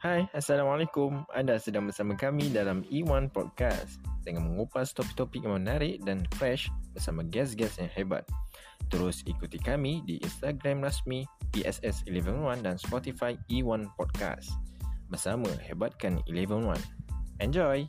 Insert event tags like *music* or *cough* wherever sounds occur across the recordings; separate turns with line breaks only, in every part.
Hai, Assalamualaikum. Anda sedang bersama kami dalam E1 Podcast dengan mengupas topik-topik yang menarik dan fresh bersama guest-guest yang hebat. Terus ikuti kami di Instagram rasmi ESS 111 dan Spotify E1 Podcast. Bersama hebatkan 111. Enjoy!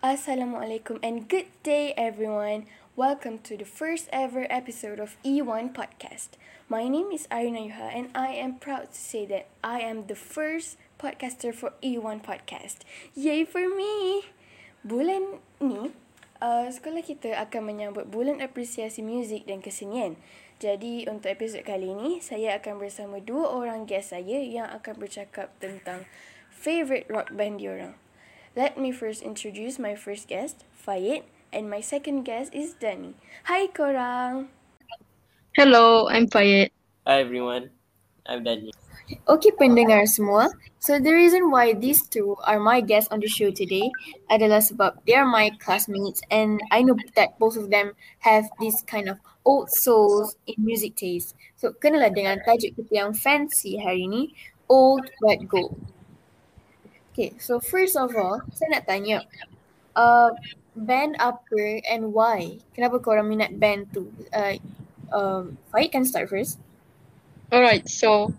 Assalamualaikum and good day everyone. Welcome to the first ever episode of E1 Podcast. My name is Irina Yuha and I am proud to say that I am the first podcaster for E1 Podcast. Yay for me! Bulan ni, uh, sekolah kita akan menyambut bulan apresiasi muzik dan kesenian. Jadi untuk episod kali ni, saya akan bersama dua orang guest saya yang akan bercakap tentang favorite rock band diorang. Let me first introduce my first guest, Fayed, and my second guest is Danny. Hi korang!
Hello, I'm Fayed.
Hi everyone, I'm Danny.
Okay pendengar semua, so the reason why these two are my guests on the show today adalah sebab they are my classmates and I know that both of them have this kind of old souls in music taste. So kenalah dengan tajuk kita yang fancy hari ni, Old But Gold. Okay, so first of all, saya nak tanya, uh, band apa and why? Kenapa korang minat band tu? Uh, um, Faik can start first.
Alright, so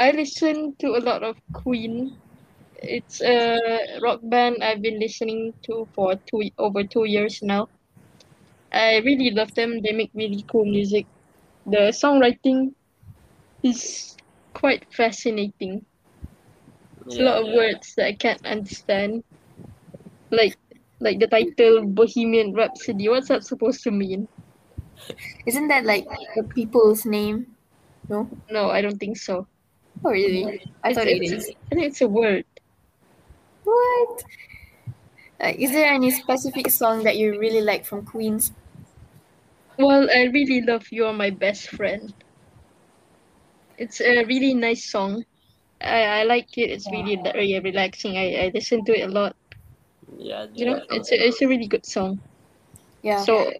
I listen to a lot of Queen. It's a rock band I've been listening to for two over two years now. I really love them. They make really cool music. The songwriting is quite fascinating. It's a lot of words that I can't understand. Like like the title Bohemian Rhapsody. What's that supposed to mean?
Isn't that like the people's name? No?
No, I don't think so.
Oh really? I thought it is.
it's, I think it's a word.
What? Like, is there any specific song that you really like from Queens?
Well, I really love You Are My Best Friend. It's a really nice song. I, I like it. It's really very relaxing. I, I listen to it a lot.
Yeah,
You know, it's a, it's a really good song.
Yeah.
So,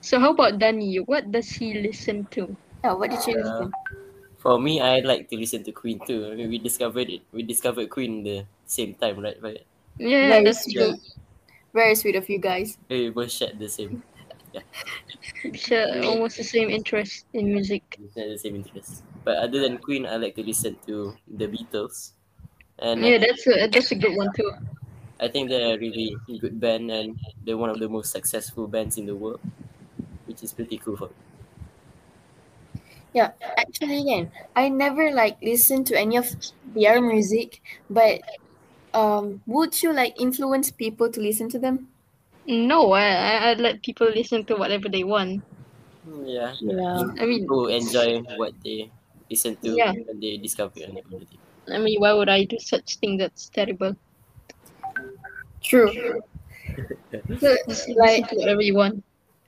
so how about Danny? What does he listen to?
yeah what did you listen?
for me, I like to listen to Queen too. I mean, we discovered it. We discovered Queen the same time, right? But
Yeah,
Very
that's
sweet.
true.
Very sweet of you guys.
we both shared the same,
We share almost the same interest in music.
we shared the same interest. But other than Queen, I like to listen to the Beatles, and
Yeah, that's a that's a good one too.
I think they're a really good band, and they're one of the most successful bands in the world, which is pretty cool for me.
Yeah, actually, again, I never like listen to any of their music, but um, would you like influence people to listen to them?
No, I, I I let people listen to whatever they want.
Yeah,
Yeah.
I mean,
people enjoy what they listen to
Yeah.
and they discover and everything.
I mean, why would I do such thing? That's terrible.
True. so,
Just
like,
listen to whatever you want.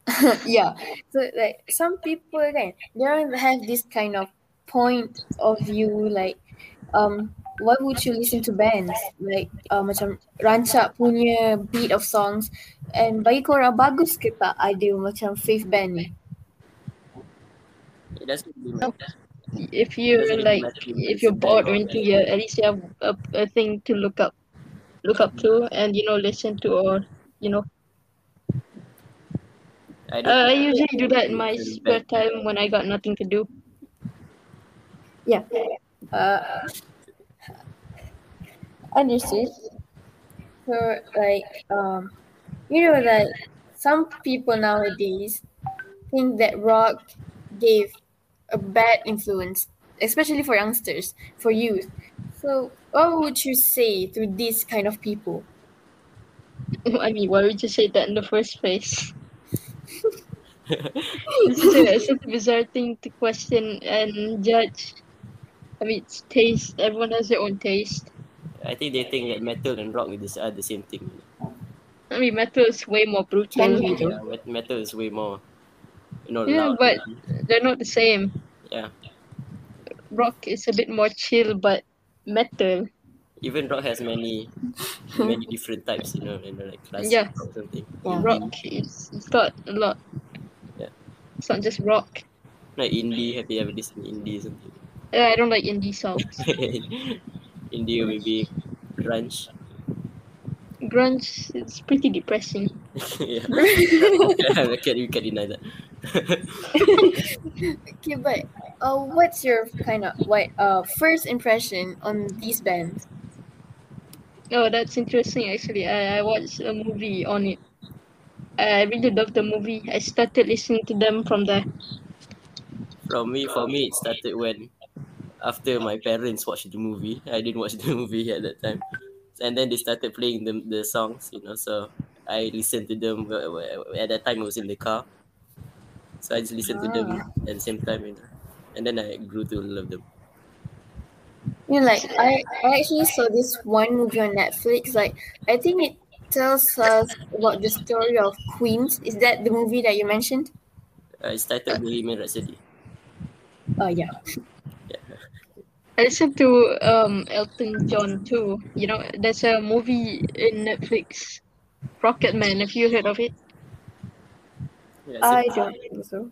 *laughs* yeah. So like some people then they don't have this kind of point of view like um why would you listen to bands like uh, macam rancak punya beat of songs and bagi korang bagus ke tak idea macam faith band ni?
It doesn't really
No.
matter.
If you're
Doesn't
like,
matter
if
it's
you're
bad
bored or
or
anything,
bad.
yeah, at least you have a, a thing to look up, look up to, and you know, listen to, or you know,
I don't
uh, I
think
usually do that in my
Really
spare
bad.
time when I got nothing to do. *laughs*
Yeah. Uh, understood. So like um you know like some people nowadays think that rock gave a bad influence, especially for youngsters, for youth. So what would you say to these kind of people?
I mean, why would you say that in the first
*laughs*
place? it's, such a, it's such a bizarre thing to question and judge. I mean, it's taste. Everyone has their own taste.
I think they think that metal and rock is are the same thing.
I mean, metal is way more brutal.
Can be.
Yeah, met- metal is way more, you know,
Yeah,
loud.
but- They're not the same.
yeah,
Rock is a bit more chill, but metal.
even rock has
*laughs*
many, many different types. You know, you know like classic
Yeah.
or something.
Yeah.
Rock is it's got a lot.
Yeah.
It's not just rock.
Like indie, have you ever listened to indie or something? *laughs*
Uh, I don't like indie songs.
indie will be grunge. *laughs*
Grunge is pretty depressing. *laughs*
yeah, *laughs* I can, you can deny that. *laughs*
Okay, but uh, what's your kind of what uh first impression on these bands?
Oh, that's interesting actually. I, I watched a movie on it. I really love the movie. I started listening to them from there.
From me, for me, it started when after my parents watched the movie. I didn't watch *laughs* the movie at that time, and then they started playing the the songs. You know, so I listened to them wh- wh- at that time. I was in the car, so I just listened to them at the same time. You know, and then I grew to love them.
You know, like I, I actually saw this one movie on Netflix. Like I think it tells us about the story of Queens. Is that the movie that you mentioned?
I started Bohemian Rhapsody.
Oh yeah.
I listened to um Elton John too. You know, there's a movie in Netflix, Rocket Man. Have you heard of it?
Yeah, so-
I don't think so.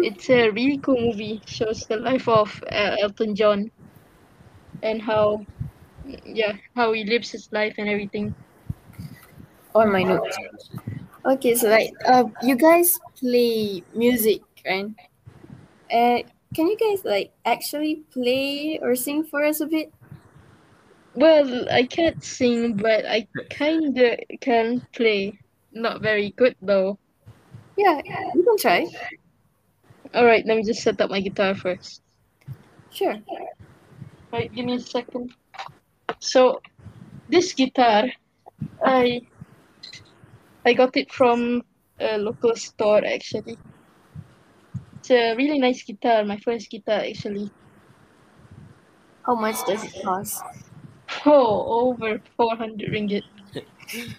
It's a really cool movie. Shows the life of uh, Elton John, and how, yeah, how he lives his life and everything.
On my notes. Okay, so like uh, you guys play music, right? Uh, can you guys like actually play or sing for us a bit?
Well, I can't sing, but I kinda can play. Not very good though.
Yeah, you can try.
All right, let me just set up my guitar first.
Sure.
Right, give me a second. So, this guitar, I I got it from a local store actually. It's a really nice guitar, my first guitar actually.
How much does it cost?
Oh, over 400 ringgit.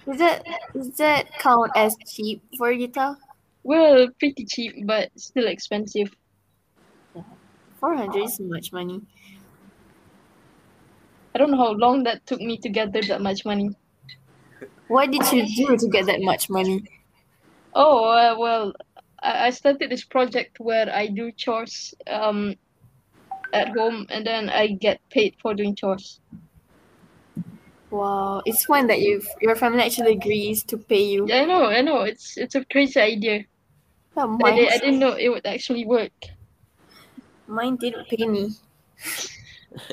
Does that does that count as cheap for a guitar?
Well, pretty cheap, but still expensive.
Four hundred is much money.
I don't know how long that took me to gather that much money.
What did you do to get that much money?
Oh, uh, well, I I started this project where I do chores um at home and then I get paid for doing chores.
Wow, it's fun that you your family actually agrees to pay you.
Yeah, I know, I know. It's it's a crazy idea. I,
Yeah, mine,
di- I didn't know it would actually work.
mine didn't
*laughs*
pay me.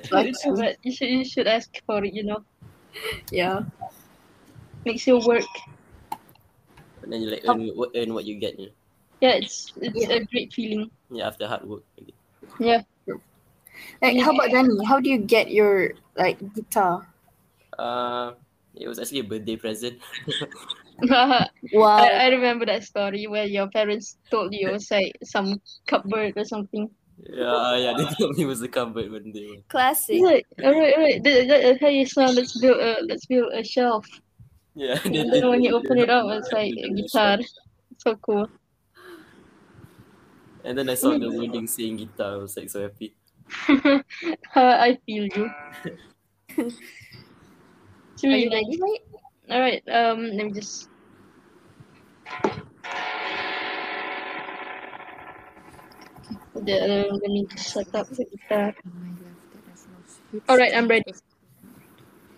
But you should you should ask for it, you know.
Yeah.
Makes you work.
and then you like earn, what- earn what you get. You know?
Yeah, it's it's a
Yeah.
great feeling. *laughs*
Yeah, after hard work. Okay.
Like, how about Danny? How do you get your like guitar?
Uh, it was actually a birthday present. *laughs*
Wow.
I, I remember that story where your parents told you it was like some cupboard or something.
yeah, yeah, they *laughs* told me it was a cupboard when they were.
Classic.
Alright, alright, alright. Th- th- Hey, Islam, let's build a let's build a shelf.
Yeah, they,
And
they-
then when you open it up, it's
they-
like a
they-
guitar. So cool.
And then I saw the wording saying guitar. I was like so happy.
Uh, I feel
*laughs*
you. It's
Are
really
you
nice.
ready, mate?
All right. Um, let me just. The- uh, let me just set up the guitar. All right, I'm ready.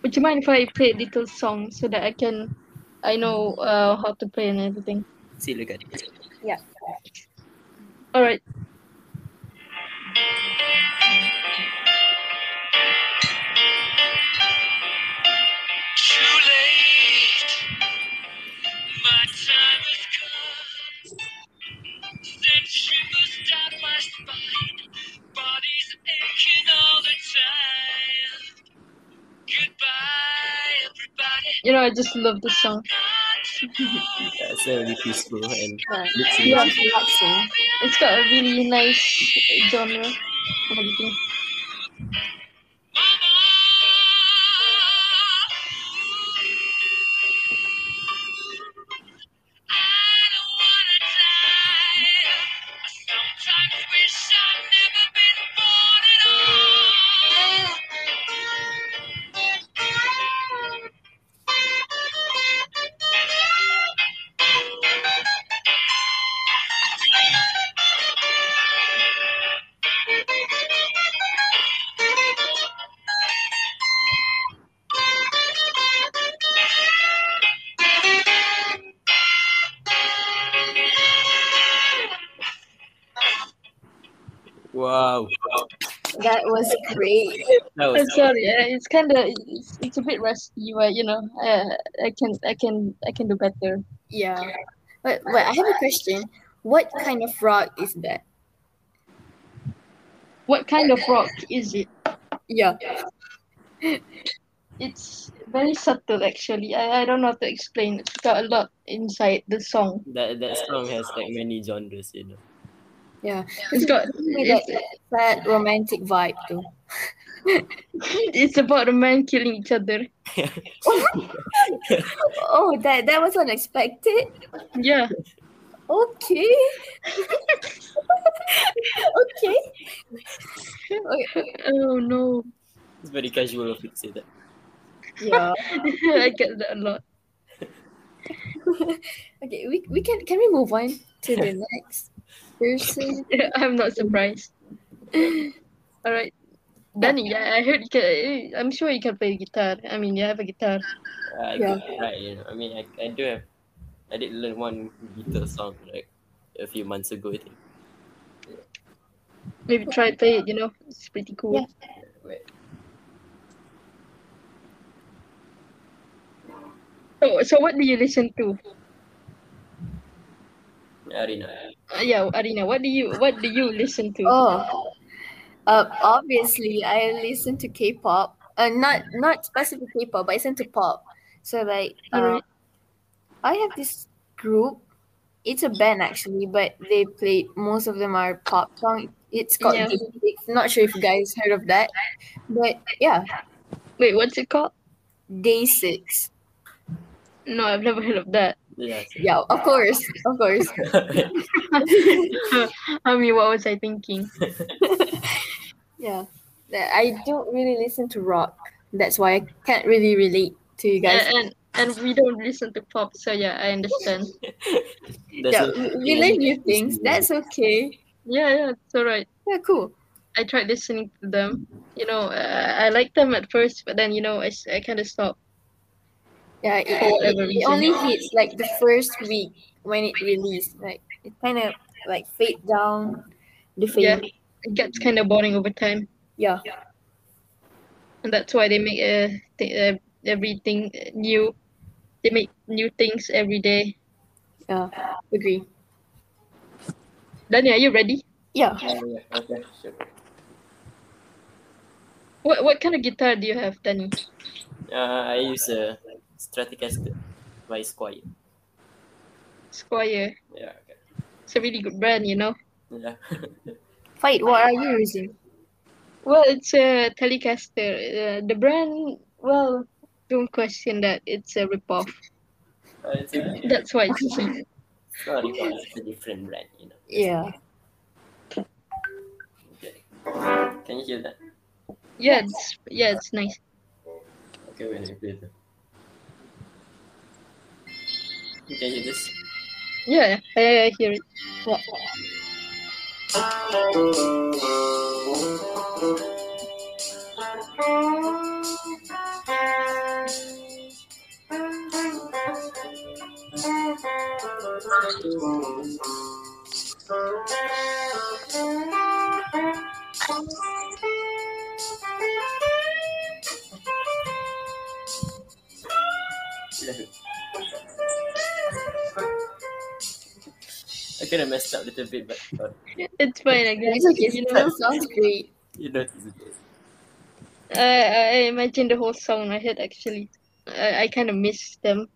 Would you mind if I play a little song so that I can, I know uh, how to play and everything.
See, look at it.
All right.
Too late. My time has come. Then shivers down my spine. Body's aching all the time. Goodbye, everybody.
You know, I just love this song.
Yeah, it's so really peaceful and
Right.
looks
Yeah,
yeah.
relaxing.
It's got a really nice genre. and everything.
Mama. I don't wanna die. I sometimes wish I'd never been born at all.
Wow.
That was great.
That
I'm
was
sorry. Uh, it's kind of it's, it's a bit rusty, but you know, uh, I can I can I can do better.
Yeah. But but I have a question. What kind of rock is that?
What kind of rock is it?
Yeah.
It's very subtle, actually. I, I don't know how to explain. It's got a lot inside the song.
that that song has like many genres, you know.
It's got
Like
it's,
that romantic vibe too.
it's about a man killing each other.
Oh, that that was unexpected.
Yeah.
*laughs* Okay. okay. okay.
Oh no. *laughs*
It's very casual of you to say that.
Yeah.
I get that a lot. *laughs*
Okay. We, we can can we move on to the next person?
I'm not surprised. All right. Danny, yeah, I heard you can, I'm sure you can play guitar. I mean, you have a guitar.
I
Yeah.
could try, you know. I mean, I, I do have, I did learn one guitar song like a few months ago. I think.
Maybe try to play it, you know? It's pretty cool.
Yeah.
Wait.
Oh, So, so what do you listen to?
Arena.
Uh, yeah, Arina, what do you what do you listen to?
Oh. Uh, obviously, I listen to K-pop. Uh, not not specific K-pop, but I listen to pop. So like, uh,
Alright.
I have this group. It's a band actually, but they play most of them are pop song. It's called.
Yeah.
The Sticks. Not sure if you guys heard of that, but yeah,
Wait, what's it called?
Day Six.
No, I've never heard of that. *laughs*
Yeah. *laughs*
Yeah, of course, of course.
I mean, what was I thinking?
Yeah, That- I don't really listen to rock. That's why I can't really relate to you guys.
And, and and we don't listen to pop, so yeah, I understand.
That's
yeah,
not-
we- we learn new things. That's okay.
Yeah, yeah, it's alright.
Yeah, cool.
I tried listening to them. You know, uh, I liked them at first, but then you know, I, s- I kind of stopped.
Yeah, it,
For
it,
whatever
it
reason.
only hits like the first week when it released. Like it kind of like fade down the
Yeah,
fade.
it gets kind of boring over time,
Yeah.
and that's why they make uh, th- uh everything uh, new. They make new things every day.
yeah, agree.
Danny, are you ready?
Yeah.
Oh, yeah, okay, sure.
What what kind of guitar do you have, Danny?
Uh, I use a Stratocaster by Squire.
Squire.
Yeah. Okay.
It's a really good brand, you know.
Yeah. *laughs*
Fight. What are you using?
Well, it's a Telecaster. Uh, the brand, well, don't question that. It's a ripoff.
Uh, it's, a,
That's why
*laughs*
it's cheap.
it's not a record, it's a different brand, you know.
Yeah.
Okay. Can you hear that?
Yeah, it's, yeah, it's nice.
Okay, wait, let me play that. You can hear this? *laughs*
Yeah, I, I hear it.
I kind of messed up a little bit, but uh,
It's fine, I guess.
It's okay.
You know,
That sounds great.
you notice it.
I, I imagine the whole song in my head actually. I, I kind of miss them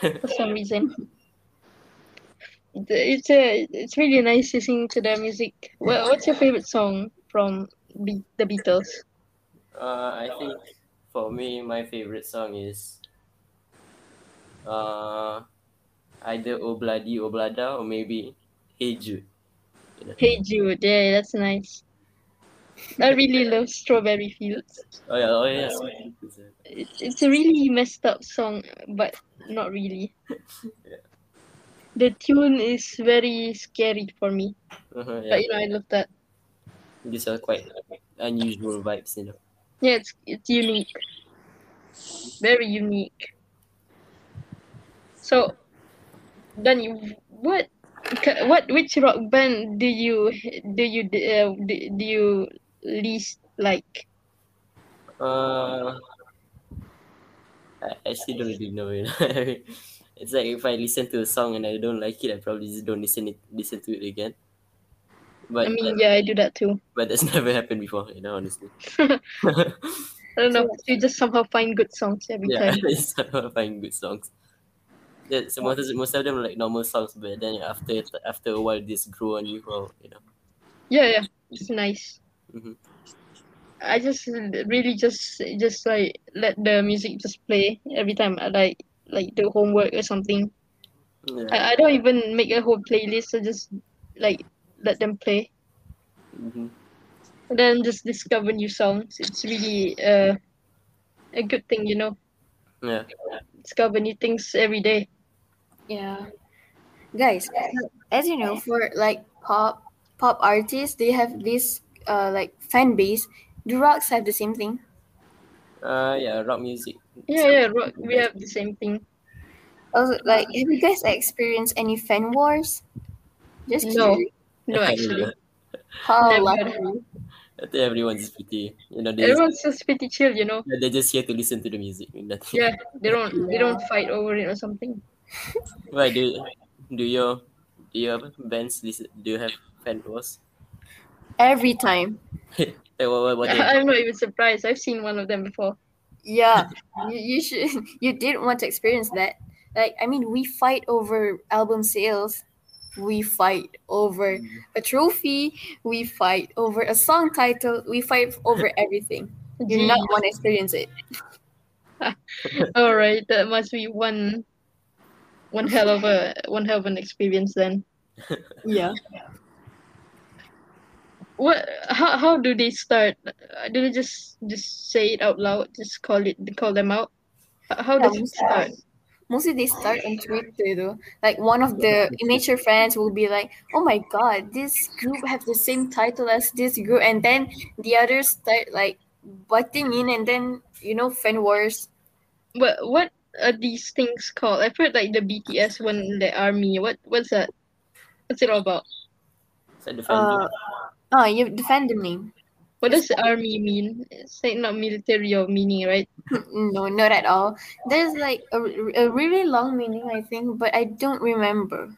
for some reason. The- It's a, it's really nice listening to their music. Well, what's your favorite song from Be- the Beatles?
Uh, I think for me, my favorite song is uh, either Oh Obladi Oblada or maybe Hey Jude.
Hey Jude, yeah, that's nice. I really love Strawberry Fields.
Oh yeah, oh yeah. sorry.
It's, it's a really messed up song, but not really. The tune is very scary for me, but
Uh-huh, yeah.
you know I love that.
These are quite unusual vibes, you know.
Yeah, it's it's unique, very unique. So, Danny, what K- what which rock band do you do you uh, do, do you least like?
Uh, I, I still don't really know *laughs* it. it's like if I listen to a song and I don't like it, I probably just don't listen it listen to it again. But
I mean,
that-
yeah, I do that too.
but that's *laughs* never happened before, you
*laughs*
know, honestly.
I don't know. You just somehow find good songs every
yeah,
time.
*laughs* it's not find good songs. Yeah, so most, most of them are like normal songs, but then after after a while, this grew on you, well, you know.
Yeah, yeah, it's nice.
Mhm.
I just really just just like let the music just play every time I like like do homework or something.
Yeah.
I, I don't even make a whole playlist. I just like let them play. Mm-hmm.
Mhm.
And then just discover new songs. It's really uh, a good thing, you know.
yeah.
Discover new things every day.
Yeah. Guys, as you know, for like pop pop artists, they have this uh like fan base. Do rocks have the same thing?
Uh, yeah, rock music.
Yeah, yeah. Rock, we have the same thing.
Also, like, have you guys experienced any fan wars? Just
No.
curious.
No, actually,
How
Never.
lucky.
I think everyone's just pretty, you know, they
everyone's just pretty chill, you know.
they're just here to listen to the music. Nothing.
Yeah, they don't they don't fight over it or something.
*laughs* Why do do your do your bands listen, do you have fan wars?
Every time.
like, what, what, what
*laughs*
they,
I'm not even surprised. I've seen one of them before.
Yeah. you, you should *laughs* you did want to experience that. Like, I mean, we fight over album sales. We fight over
Mm.
a trophy. We fight over a song title. We fight over everything. You not want to experience it.
All right, that must be one, one hell of a one hell of an experience then.
*laughs* Yeah.
What? How, how do they start? Uh, Do they just just say it out loud? Just call it call them out. H- How does
Yeah,
it start?
Mostly they start on Twitter though. Like one of the immature friends will be like, "Oh my god, this group have the same title as this group," and then the others start like butting in, and then you know fan wars.
What what are these things called? I've heard like the BTS one, the army. What what's that? What's it all about?
so the fan
Uh, oh, you defend the name? *laughs*
What does the army mean? It's like not military or meaning, right?
No, not at all. There's like a, a really long meaning, I think, but I don't remember.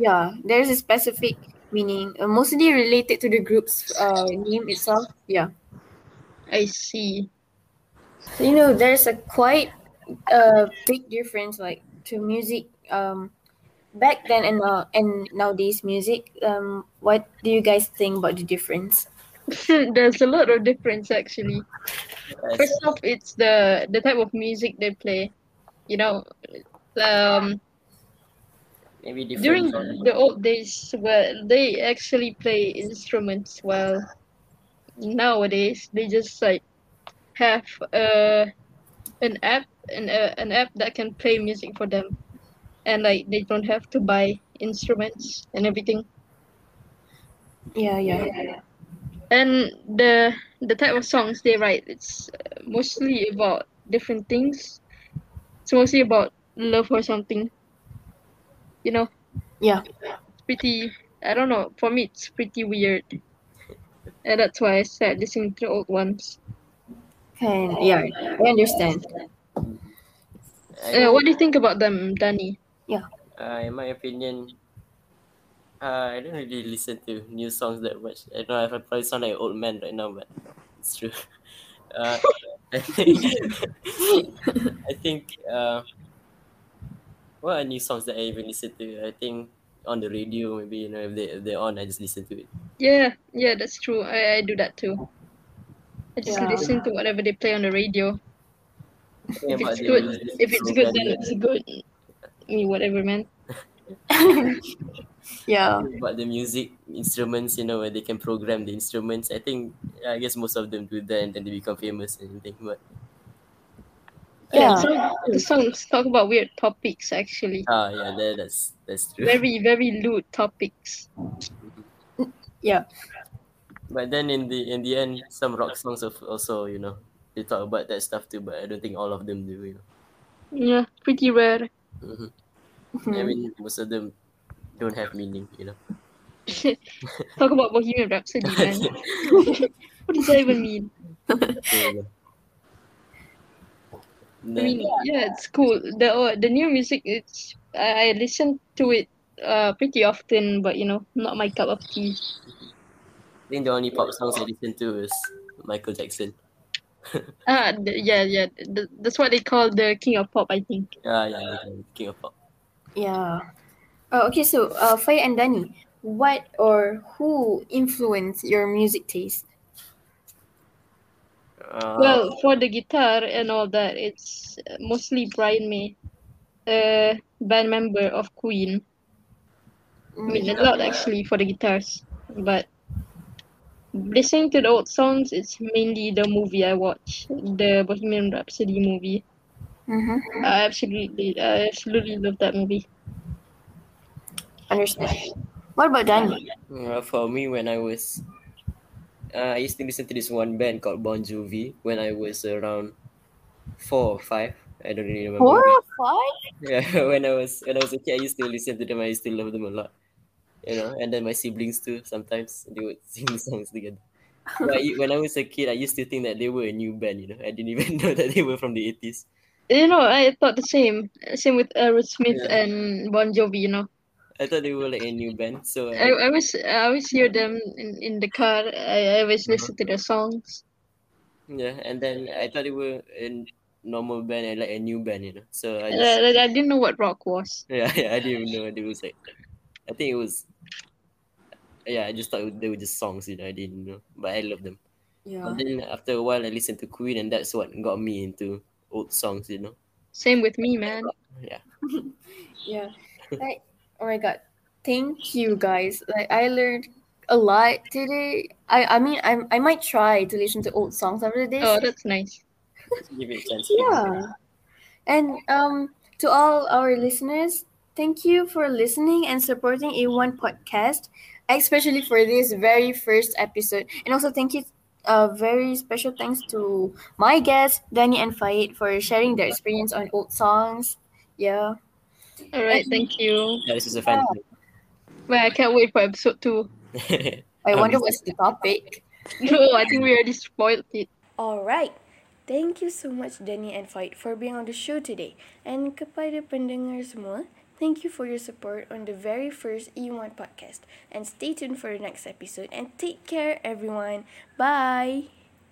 Yeah, there's a specific meaning, uh, mostly related to the group's uh, name itself. Yeah.
I see. *laughs*
you know there's a quite uh, big difference like to music um back then and now and nowadays music um what do you guys think about the difference
There's a lot of difference actually.
I
First off, it's the the type of music they play. You know, um,
maybe different
during
from-
the old days, where they actually play instruments, while nowadays they just like have uh, an app an uh, an app that can play music for them, and like they don't have to buy instruments and everything.
yeah yeah yeah,
and the the type of songs they write it's uh, mostly about different things it's mostly about love or something you know
Yeah.
it's pretty i don't know for me it's pretty weird and that's why i said listening to the old ones
Can, yeah i understand
I-
uh, what do you think about them danny
uh, in my opinion, uh, I don't really listen to new songs that much. I know I probably sound like an old man right now, but it's true. *laughs* Uh, I think, *laughs* I think uh, what are new songs that I even listen to? I think on the radio, maybe you know if they if they're on, I just listen to it.
yeah yeah that's true i, I do that too i just
Yeah.
listen to whatever they play on the radio
Yeah,
if
but
it's
they
good
will just
if it's
throw
good
them
then
in.
it's good I mean, whatever man
yeah
But the music instruments, you know, where they can program the instruments. I think I guess most of them do that, and then they become famous and everything. But
Yeah,
yeah
some the songs talk about weird topics actually.
ah, yeah, that, that's that's true.
Very, very lewd topics.
But then in the in the end, some rock songs of also you know they talk about that stuff too. But I don't think all of them do. You know,
Yeah, pretty rare.
Mhm. I
Mhm.
mean most of them don't have meaning, you know.
Talk about Bohemian Rhapsody, man. what does that even mean?
So,
I
then-
mean, yeah, it's cool. The uh, the new music, it's I, I listen to it uh pretty often, but you know, not my cup of tea.
I think the only pop songs I listen to is Michael Jackson.
Ah, th- yeah, yeah. th- that's what they call the king of pop, I think.
Ah, Yeah, yeah, yeah, King of Pop.
Yeah. Oh, okay, so uh, Faya and Dani, what or who influenced your music taste?
Uh,
Well, for the guitar and all that, it's uh, mostly Brian May, a band member of Queen. I mean, a lot actually for the guitars, but listening to the old songs, it's mainly the movie I watch, the Bohemian Rhapsody movie.
Mm-hmm.
I absolutely, I absolutely love that movie.
Understand. What about Dani?
Uh, for me, when I was, uh, I used to listen to this one band called Bon Jovi when I was around four or five. I don't really remember.
Four or five?
Yeah, *laughs* when I was when I was a kid, I used to listen to them. I used to love them a lot, you know. And then my siblings too. Sometimes they would *laughs* sing songs together. But I- when I was a kid, I used to think that they were a new band. You know, I didn't *laughs* even know that they were from the eighties.
You know, I thought the same. Same with Aerosmith
Yeah.
and Bon Jovi. You know,
I thought they were like a new band. So
I,
uh,
I always, I always hear them in, in the car. I, I always listen to their songs.
yeah, and then I thought they were a normal band and like a new band. You know, so I
I,
just,
Uh, I, I didn't know what rock was.
yeah, *laughs* yeah, I didn't even know it was like. I think it was. Yeah, I just thought they were just songs. You know, I didn't know, but I love them.
Yeah.
But then after a while, I listened to Queen, and that's what got me into old songs, you know.
Same with me, man.
Yeah,
Yeah. Like, oh my god. Thank you guys. Like I learned a lot today. I I mean I I might try to listen to old songs after this.
Oh, that's nice.
give it a chance.
Yeah. And um, to all our listeners, thank you for listening and supporting A1 Podcast, especially for this very first episode. And also, thank you. Uh, very special thanks to my guests, Danny and Fahid, for sharing their experience on old songs. Yeah.
All right, thank you.
Yeah, this is a fan.
Well, I can't wait for episode two.
*laughs*
I wonder what's the topic.
*laughs* No, Oh, I think we already spoiled it.
Alright, thank you so much Danny and Fight for being on the show today. And kepada pendengar semua, thank you for your support on the very first E1 podcast. And stay tuned for the next episode and take care everyone. Bye!